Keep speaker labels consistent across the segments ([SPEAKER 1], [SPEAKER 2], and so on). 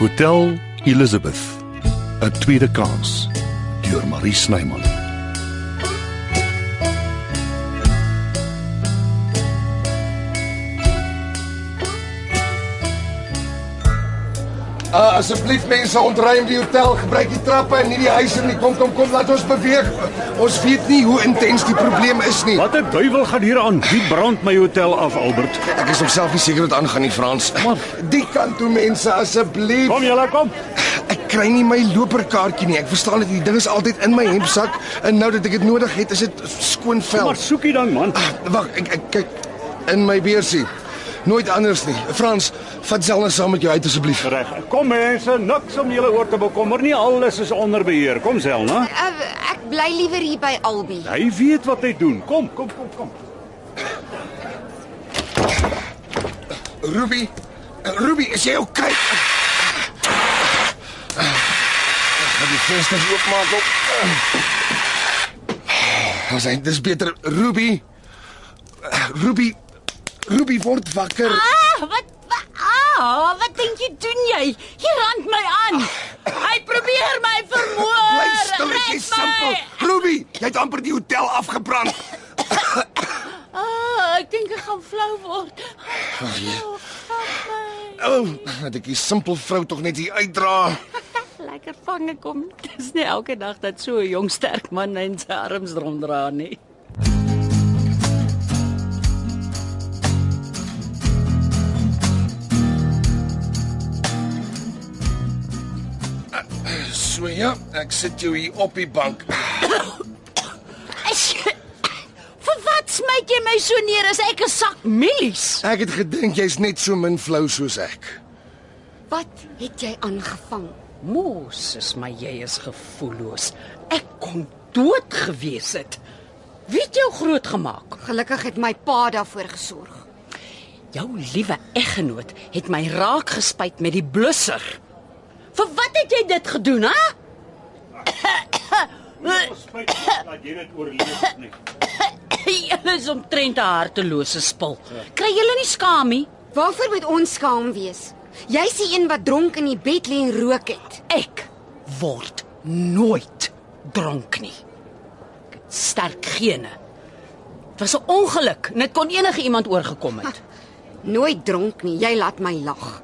[SPEAKER 1] Hotel Elizabeth. 'n Tweede kans deur Marie Snyman.
[SPEAKER 2] Ah, asseblief mense, ontruim die hotel, gebruik die trappe en nie die huis en nie. Kom, kom, kom, laat ons beweeg. Ons weet nie hoe intens die probleem is nie.
[SPEAKER 3] Wat 'n duiwel gaan hier aan? Wie brand my hotel af, Albert?
[SPEAKER 2] Ek is homself nie seker wat aangaan nie, Frans.
[SPEAKER 3] Maar-
[SPEAKER 2] die kant toe mense, asseblief.
[SPEAKER 3] Kom julle kom.
[SPEAKER 2] Ek kry nie my loperkaartjie nie. Ek verstaan dit, die ding is altyd in my hempsak en nou dat ek dit nodig het, is dit skoon vel.
[SPEAKER 3] Maar soekie dan man.
[SPEAKER 2] Wag, ek ek kyk in my beursie. Nooit anders nie. Frans, vat Zelna saam met jou uit asseblief.
[SPEAKER 3] Reg. Kom mense, niks om julle oor te bekommer nie. Alles is onder beheer. Kom Selna.
[SPEAKER 4] Uh, ek bly liewer hier by Albi.
[SPEAKER 3] Hy weet wat hy doen. Kom, kom, kom, kom.
[SPEAKER 2] Ruby, Ruby, is jy okay? Ek gaan die vensters oopmaak op. Ons sê dis beter Ruby. Ruby, Ruby word wakker.
[SPEAKER 5] Ah, wat wat ah, wat dink jy doen jy? Jy rand my aan.
[SPEAKER 2] Ah.
[SPEAKER 5] Hy probeer my vermoor.
[SPEAKER 2] Bly stil, dit
[SPEAKER 5] Red
[SPEAKER 2] is
[SPEAKER 5] my.
[SPEAKER 2] simpel. Ruby, jy het amper die hotel afgebrand.
[SPEAKER 5] Ah, ek dink ek gaan flou word. Oh, help my.
[SPEAKER 2] O, oh, dat ek die simpel vrou tog net hier uitdra.
[SPEAKER 5] Lekker vange kom. Dis nie elke dag dat so 'n jong sterk man in sy arms ronddra nie.
[SPEAKER 2] So ja, ek sit jou hier op die bank.
[SPEAKER 5] Eish. Vir wat smyt jy my so neer as ek 'n sak mielies?
[SPEAKER 2] Ek het gedink jy's net so min flou soos ek.
[SPEAKER 4] Wat het jy aangevang?
[SPEAKER 5] Moses, maar jy is gevoelloos. Ek kon dood gewees het. Wie het jou grootgemaak?
[SPEAKER 4] Gelukkig het my pa daarvoor gesorg.
[SPEAKER 5] Jou liewe eggenoot het my raak gespuit met die blusser. Vir wat het jy dit gedoen, hè?
[SPEAKER 3] Spyt dat jy dit oorleef het nie.
[SPEAKER 5] Julle is omtrent 'n hartelose spul. Kry julle nie skaam nie?
[SPEAKER 4] Waarvoor moet ons skaam wees? Jy's die een wat dronk in die bed lê en rook het.
[SPEAKER 5] Ek word nooit dronk nie. Ek het sterk gene. Dit was 'n ongeluk en dit kon enige iemand oorgekom het.
[SPEAKER 4] Nooit dronk nie. Jy laat my lag.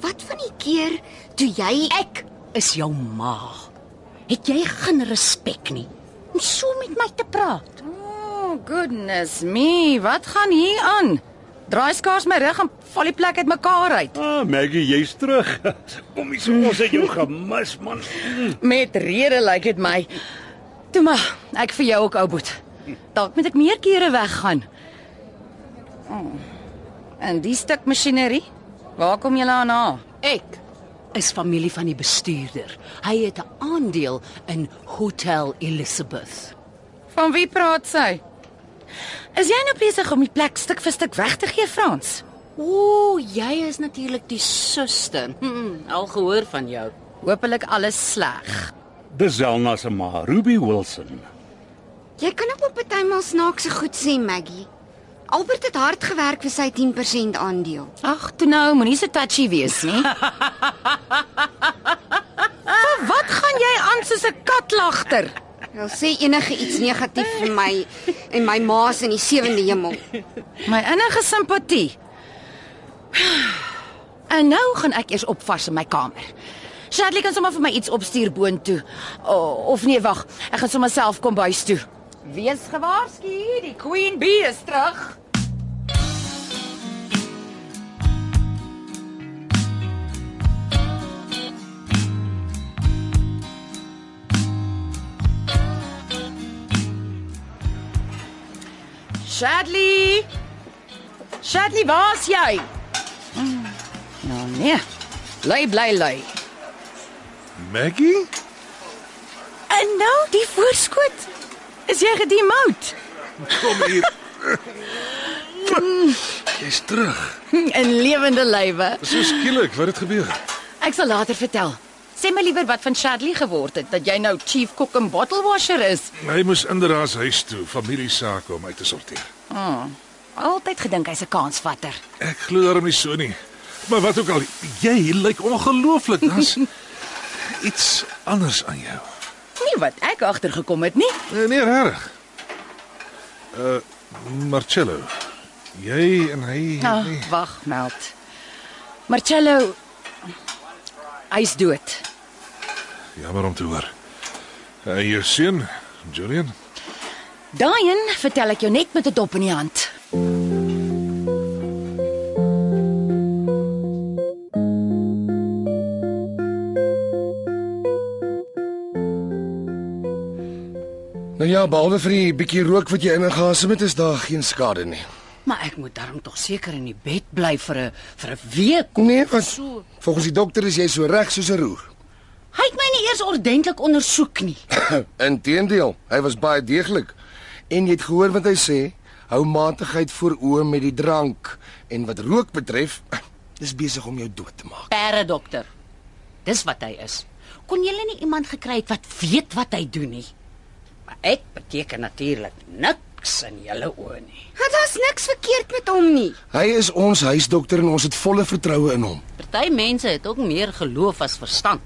[SPEAKER 4] Wat van die keer toe jy
[SPEAKER 5] Ek is jou ma. Het jy geen respek nie om so met my te praat?
[SPEAKER 6] Oh, goodness me, wat gaan hier aan? Draai skaars my rug en val die plek uit mekaar uit.
[SPEAKER 3] Ah, Maggie, jy's terug. Kom hier, so, ons het jou gemis man.
[SPEAKER 6] Met rede lyk dit my. Toe maar, ek vir jou ook ou boet. Dalk moet ek meer kere weggaan. Oh, En die stuk masjinerie, waar kom jy aan na?
[SPEAKER 5] Ek is familie van die bestuurder. Hy het 'n aandeel in Hotel Elizabeth.
[SPEAKER 6] Van wie praat sy? Is jy nou besig om die plek stuk vir stuk weg te gee, Frans?
[SPEAKER 5] O, jy is natuurlik die suster. Hm, al gehoor van jou.
[SPEAKER 6] Hoopelik alles sleg.
[SPEAKER 3] Dis Selna se ma, Ruby Wilson.
[SPEAKER 4] jy kan ook op 'n tydmal snaakse goed sê, Maggie. Albert het hard gewerk vir sy 10% aandeel.
[SPEAKER 6] Ag, toe nou, moenie so touchy wees nie. vir wat gaan jy aan soos 'n katlagter?
[SPEAKER 4] Wel sê enige iets negatief vir my en my ma's in die sewende hemel.
[SPEAKER 6] My innige simpatie. En nou gaan ek eers opvas in my kamer. Shirley kan sommer vir my iets opstuur boontoe. O, Of nee, wag, ek gaan sommer self kom bys toe. Wees gewaarsku, die Queen Bee is terug. Shirley! Shirley, waar's jy? Mm, Nou nee. Lui bly lui.
[SPEAKER 7] Maggie?
[SPEAKER 6] En nou die voorskot. Is jy gedemout?
[SPEAKER 7] Kom hier. Jy's terug.
[SPEAKER 6] In lewende lywe.
[SPEAKER 7] So skielik, wat het gebeur?
[SPEAKER 6] Ek sal later vertel. Sê my liewer wat van Shirley geword het dat jy nou chief cook en bottle washer is.
[SPEAKER 7] Hy moes inderdaad huis toe, familiesake om uit te sorteer.
[SPEAKER 6] Altyd gedink Ah, hy's 'n kansvatter.
[SPEAKER 7] Ek glo daarom nie so nie. Maar wat ook al, jy lyk ongelooflik. Daar's iets anders aan jou.
[SPEAKER 6] Nie wat ek agtergekom het nie.
[SPEAKER 7] Nee, nee reg. Uh Marcello. Jy en hy
[SPEAKER 6] Ah,
[SPEAKER 7] nee.
[SPEAKER 6] wag, meld. Marcello hy's dood.
[SPEAKER 7] jammer om te hoor. Uh, jou seun, Julian.
[SPEAKER 6] Daaiën vertel ek jou net met 'n dop in die hand.
[SPEAKER 2] Nou ja, behalwe vir die bietjie rook wat jy ingeasem het, is daar geen skade nie.
[SPEAKER 5] Maar ek moet daarom tog seker in die bed bly vir 'n vir 'n week.
[SPEAKER 2] Nee, was
[SPEAKER 5] So.
[SPEAKER 2] Volgens die dokter is jy so reg soos 'n roer.
[SPEAKER 5] Hy het my nie eers ordentlik ondersoek nie.
[SPEAKER 2] Inteendeel, hy was baie deeglik. En jy het gehoor wat hy sê, hou matigheid voor oë met die drank en wat rook betref, dis besig om jou dood te maak.
[SPEAKER 5] Pere dokter. Dis wat hy is. Kon jy nie iemand gekry het wat weet wat hy doen nie? Maar ek beteken natuurlik niks in julle oë nie.
[SPEAKER 4] Want daar's niks verkeerd met hom nie.
[SPEAKER 2] Hy is ons huisdokter en ons het volle vertroue in hom.
[SPEAKER 5] Party mense het ook meer geloof as verstand.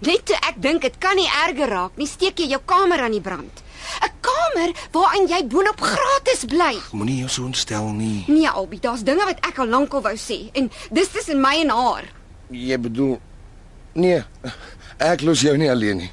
[SPEAKER 4] Net toe ek dink dit kan nie erger raak nie, steek jy jou kamer aan die brand. 'n Kamer waarin jy boonop gratis bly.
[SPEAKER 2] Moenie jou so ontstel nie.
[SPEAKER 4] Nee, Albie, daar's dinge wat ek al lank al wou sê en dis tussen my en haar.
[SPEAKER 2] Jy bedoel Nee, ek los jou nie alleen nie.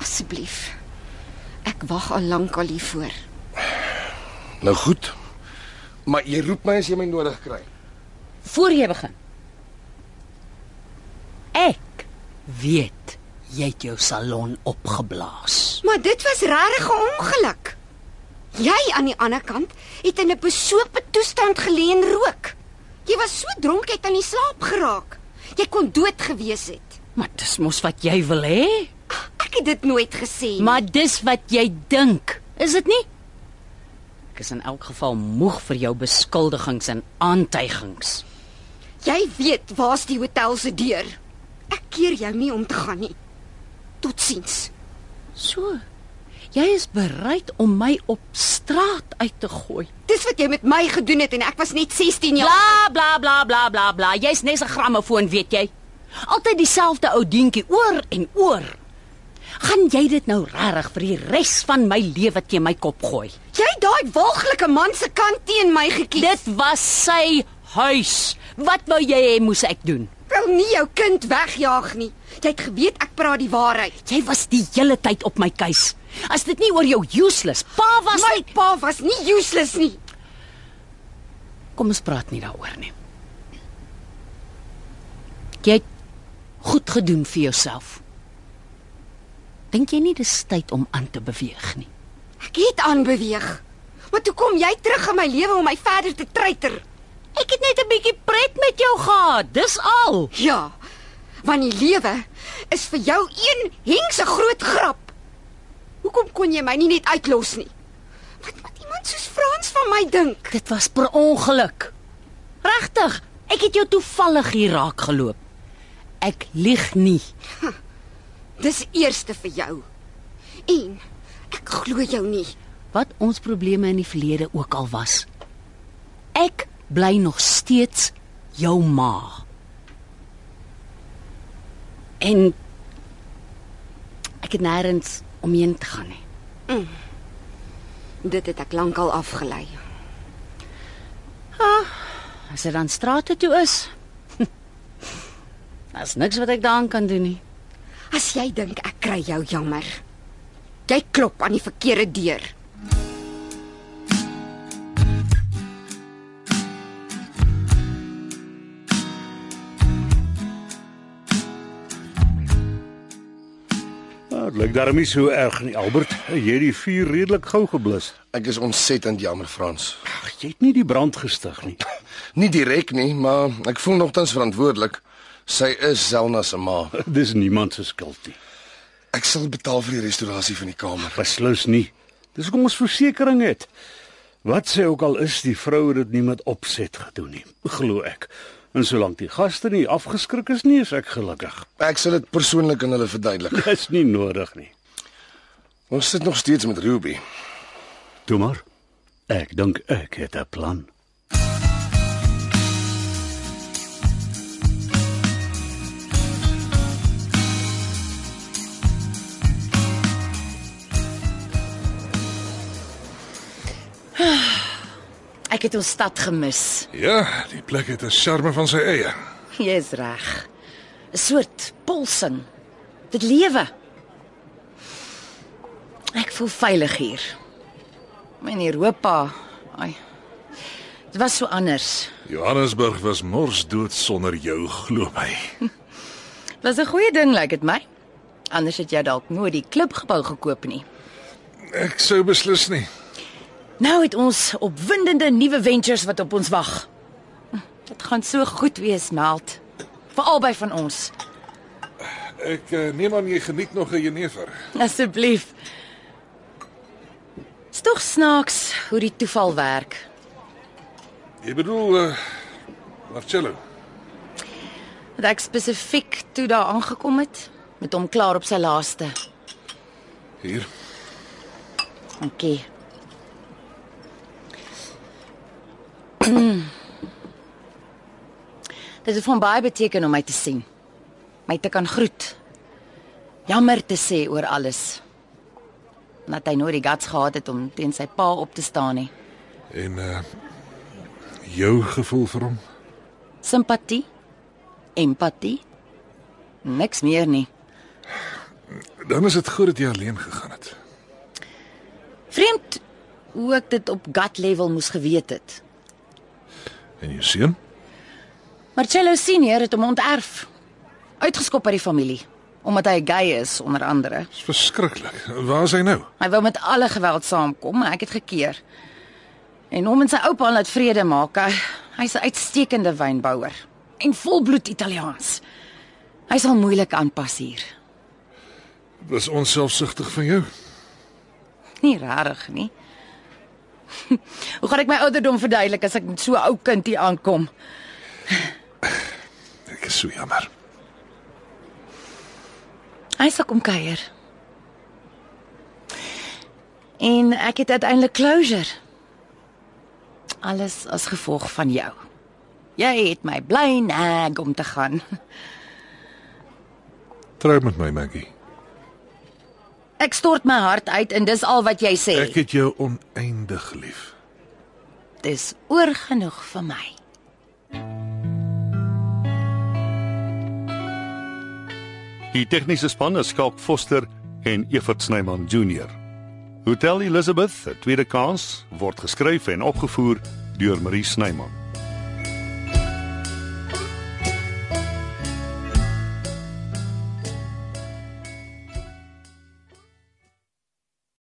[SPEAKER 4] Asseblief. Ek wag al lank al hiervoor.
[SPEAKER 2] Nou goed. Maar jy roep my as jy my nodig kry.
[SPEAKER 5] Voor jy begin. Ek weet jy het jou salon opgeblaas.
[SPEAKER 4] Maar dit was regtig 'n ongeluk. Jy aan die ander kant het in 'n besope toestand geleë en rook. Jy was so dronk jy het aan die slaap geraak. Jy kon dood gewees het.
[SPEAKER 5] Maar dis mos wat jy wil hê?
[SPEAKER 4] Ek het dit nooit gesê nie.
[SPEAKER 5] Maar dis wat jy dink, is dit nie? Ek is in elk geval moeg vir jou beskuldigings en aantuigings.
[SPEAKER 4] Jy weet waar's die hotel se deur. Ek keer jou nie om te gaan nie. Totsiens.
[SPEAKER 5] So. Jy is bereid om my op straat uit te gooi.
[SPEAKER 4] Dis wat jy met my gedoen het en ek was net 16 jaar.
[SPEAKER 5] Bla bla bla bla bla bla. Jy's net 'n grammofoon, weet jy. Altyd dieselfde ou dientjie oor en oor. Gaan jy dit nou regtig vir die res van my lewe teen my kop gooi?
[SPEAKER 4] Jy het daai walglike man se kant teen my gekies.
[SPEAKER 5] Dit was sy huis. Wat wou jy hê moes ek doen?
[SPEAKER 4] Dit wil nie jou kind wegjaag nie. Jy het geweet ek praat die waarheid.
[SPEAKER 5] Jy was die hele tyd op my keus. As dit nie oor jou useless pa was
[SPEAKER 4] My
[SPEAKER 5] nie,
[SPEAKER 4] pa was nie useless nie.
[SPEAKER 5] kom ons praat nie daaroor nie. Jy het goed gedoen vir jouself. Dink jy nie dis tyd om aan te beweeg nie?
[SPEAKER 4] Ek het aanbeweeg. Maar toe kom jy terug in my lewe om my verder te treiter.
[SPEAKER 5] Ek het net 'n bietjie pret met jou gehad, dis al.
[SPEAKER 4] Ja. Want die lewe is vir jou een hengse groot grap. Hoekom kon jy my nie net uitlos nie? Wat moet iemand soos Frans van my dink?
[SPEAKER 5] Dit was per ongeluk. Regtig, ek het jou toevallig hier raak geloop. Ek lieg nie.
[SPEAKER 4] Dis eerste vir jou. En ek glo jou nie.
[SPEAKER 5] wat ons probleme in die verlede ook al was. Ek bly nog steeds jou ma. En ek het nêrens omheen te gaan nie.
[SPEAKER 4] Dit het ek lankal afgelei.
[SPEAKER 5] As dit dan strate toe is, daar's niks wat ek daaraan kan doen nie.
[SPEAKER 4] As jy dink ek kry jou jammer. Jy klop aan die verkeerde deur.
[SPEAKER 3] Nou, dit lyk daarom nie so erg nie, Albert. Jy het die vuur redelik gou geblus.
[SPEAKER 2] Ek is ontsettend jammer, Frans.
[SPEAKER 3] Ag, jy het nie die brand gestig nie.
[SPEAKER 2] Nie direk nie, maar ek voel nogtans verantwoordelik. Sy is Zelna se ma.
[SPEAKER 3] Dis niemand se skuld nie.
[SPEAKER 2] Ek sal betaal vir die restaurasie van die kamer.
[SPEAKER 3] Beslis nie. Dis hoekom ons versekerings het. Wat sê ook al is, die vrou het dit nie met opset gedoen nie, glo ek. En solank die gaste nie afgeskrik is nie, is ek gelukkig.
[SPEAKER 2] Ek sal dit persoonlik aan hulle verduidelik.
[SPEAKER 3] Dis nie nodig nie.
[SPEAKER 2] Ons sit nog steeds met Ruby.
[SPEAKER 3] Toe maar. Ek dink ek het 'n plan.
[SPEAKER 5] Ek het ons stad gemis.
[SPEAKER 2] Ja, die plek het 'n charme van sy eie.
[SPEAKER 5] Jy's reg. 'n Soort polsing. Dit lewe. Ek voel veilig hier. Maar in Europa, ai. Dit was so anders.
[SPEAKER 2] Johannesburg was morsdood sonder jou, glo my.
[SPEAKER 5] Dit was 'n goeie ding, lyk like dit my. Anders het jy dalk nooit die klipgebou gekoop nie.
[SPEAKER 2] Ek sou beslis nie.
[SPEAKER 5] Nou het ons opwindende nuwe ventures wat op ons wag. Hm, Dit gaan so goed wees, Meld. Vir albei van ons.
[SPEAKER 2] Ek eh, neem aan jy geniet nog 'n jenever.
[SPEAKER 5] Asseblief. Dis tog snaaks hoe die toeval werk.
[SPEAKER 2] Jy bedoel eh Marcello.
[SPEAKER 5] Dat ek spesifiek toe daar aangekom het met hom klaar op sy laaste.
[SPEAKER 2] Hier.
[SPEAKER 5] Dankie. Dit het van baie beteken om my te sien. My te kan groet. Jammer te sê oor alles. Nadat hy nooit die guts gehad het om teen sy pa op te staan nie.
[SPEAKER 2] En eh jou gevoel vir hom?
[SPEAKER 5] Simpatie, empatie, niks meer nie.
[SPEAKER 2] Dan is dit goed dat jy alleen gegaan het.
[SPEAKER 5] Vreemd hoe ek dit op gut level moes geweet het.
[SPEAKER 2] En jou seun?
[SPEAKER 5] Marcello senior het hom onterf. Uitgeskop uit die familie omdat hy gay is onder andere.
[SPEAKER 2] Dis verskriklik. Waar is hy nou?
[SPEAKER 5] Hy wou met alle geweld saamkom, maar ek het gekeer. En hom en sy oupa laat vrede maak. Hy- Hy's 'n uitstekende wynbouer en volbloed Italiaans. Hy sal moeilik aanpas hier.
[SPEAKER 2] Was ons selfsugtig van jou?
[SPEAKER 5] Nie rarig nie. Hoe gaan ek my ouderdom verduidelik as ek met so 'n ou kind hier aankom?
[SPEAKER 2] Ek is so jammer.
[SPEAKER 5] Hy sal kom kuier. En ek het uiteindelik closure. Alles as gevolg van jou. Jy het my bly nag om te gaan.
[SPEAKER 2] Trou met my, Maggie.
[SPEAKER 5] Ek stort my hart uit en dis al wat jy sê.
[SPEAKER 2] Ek het jou oneindig lief.
[SPEAKER 5] Dis oor genoeg vir my.
[SPEAKER 8] Die tegniese span is Skalk Foster en Evert Snyman Junior. Hotel Elizabeth, 'n tweede kans, word geskryf en opgevoer deur Marie Snyman.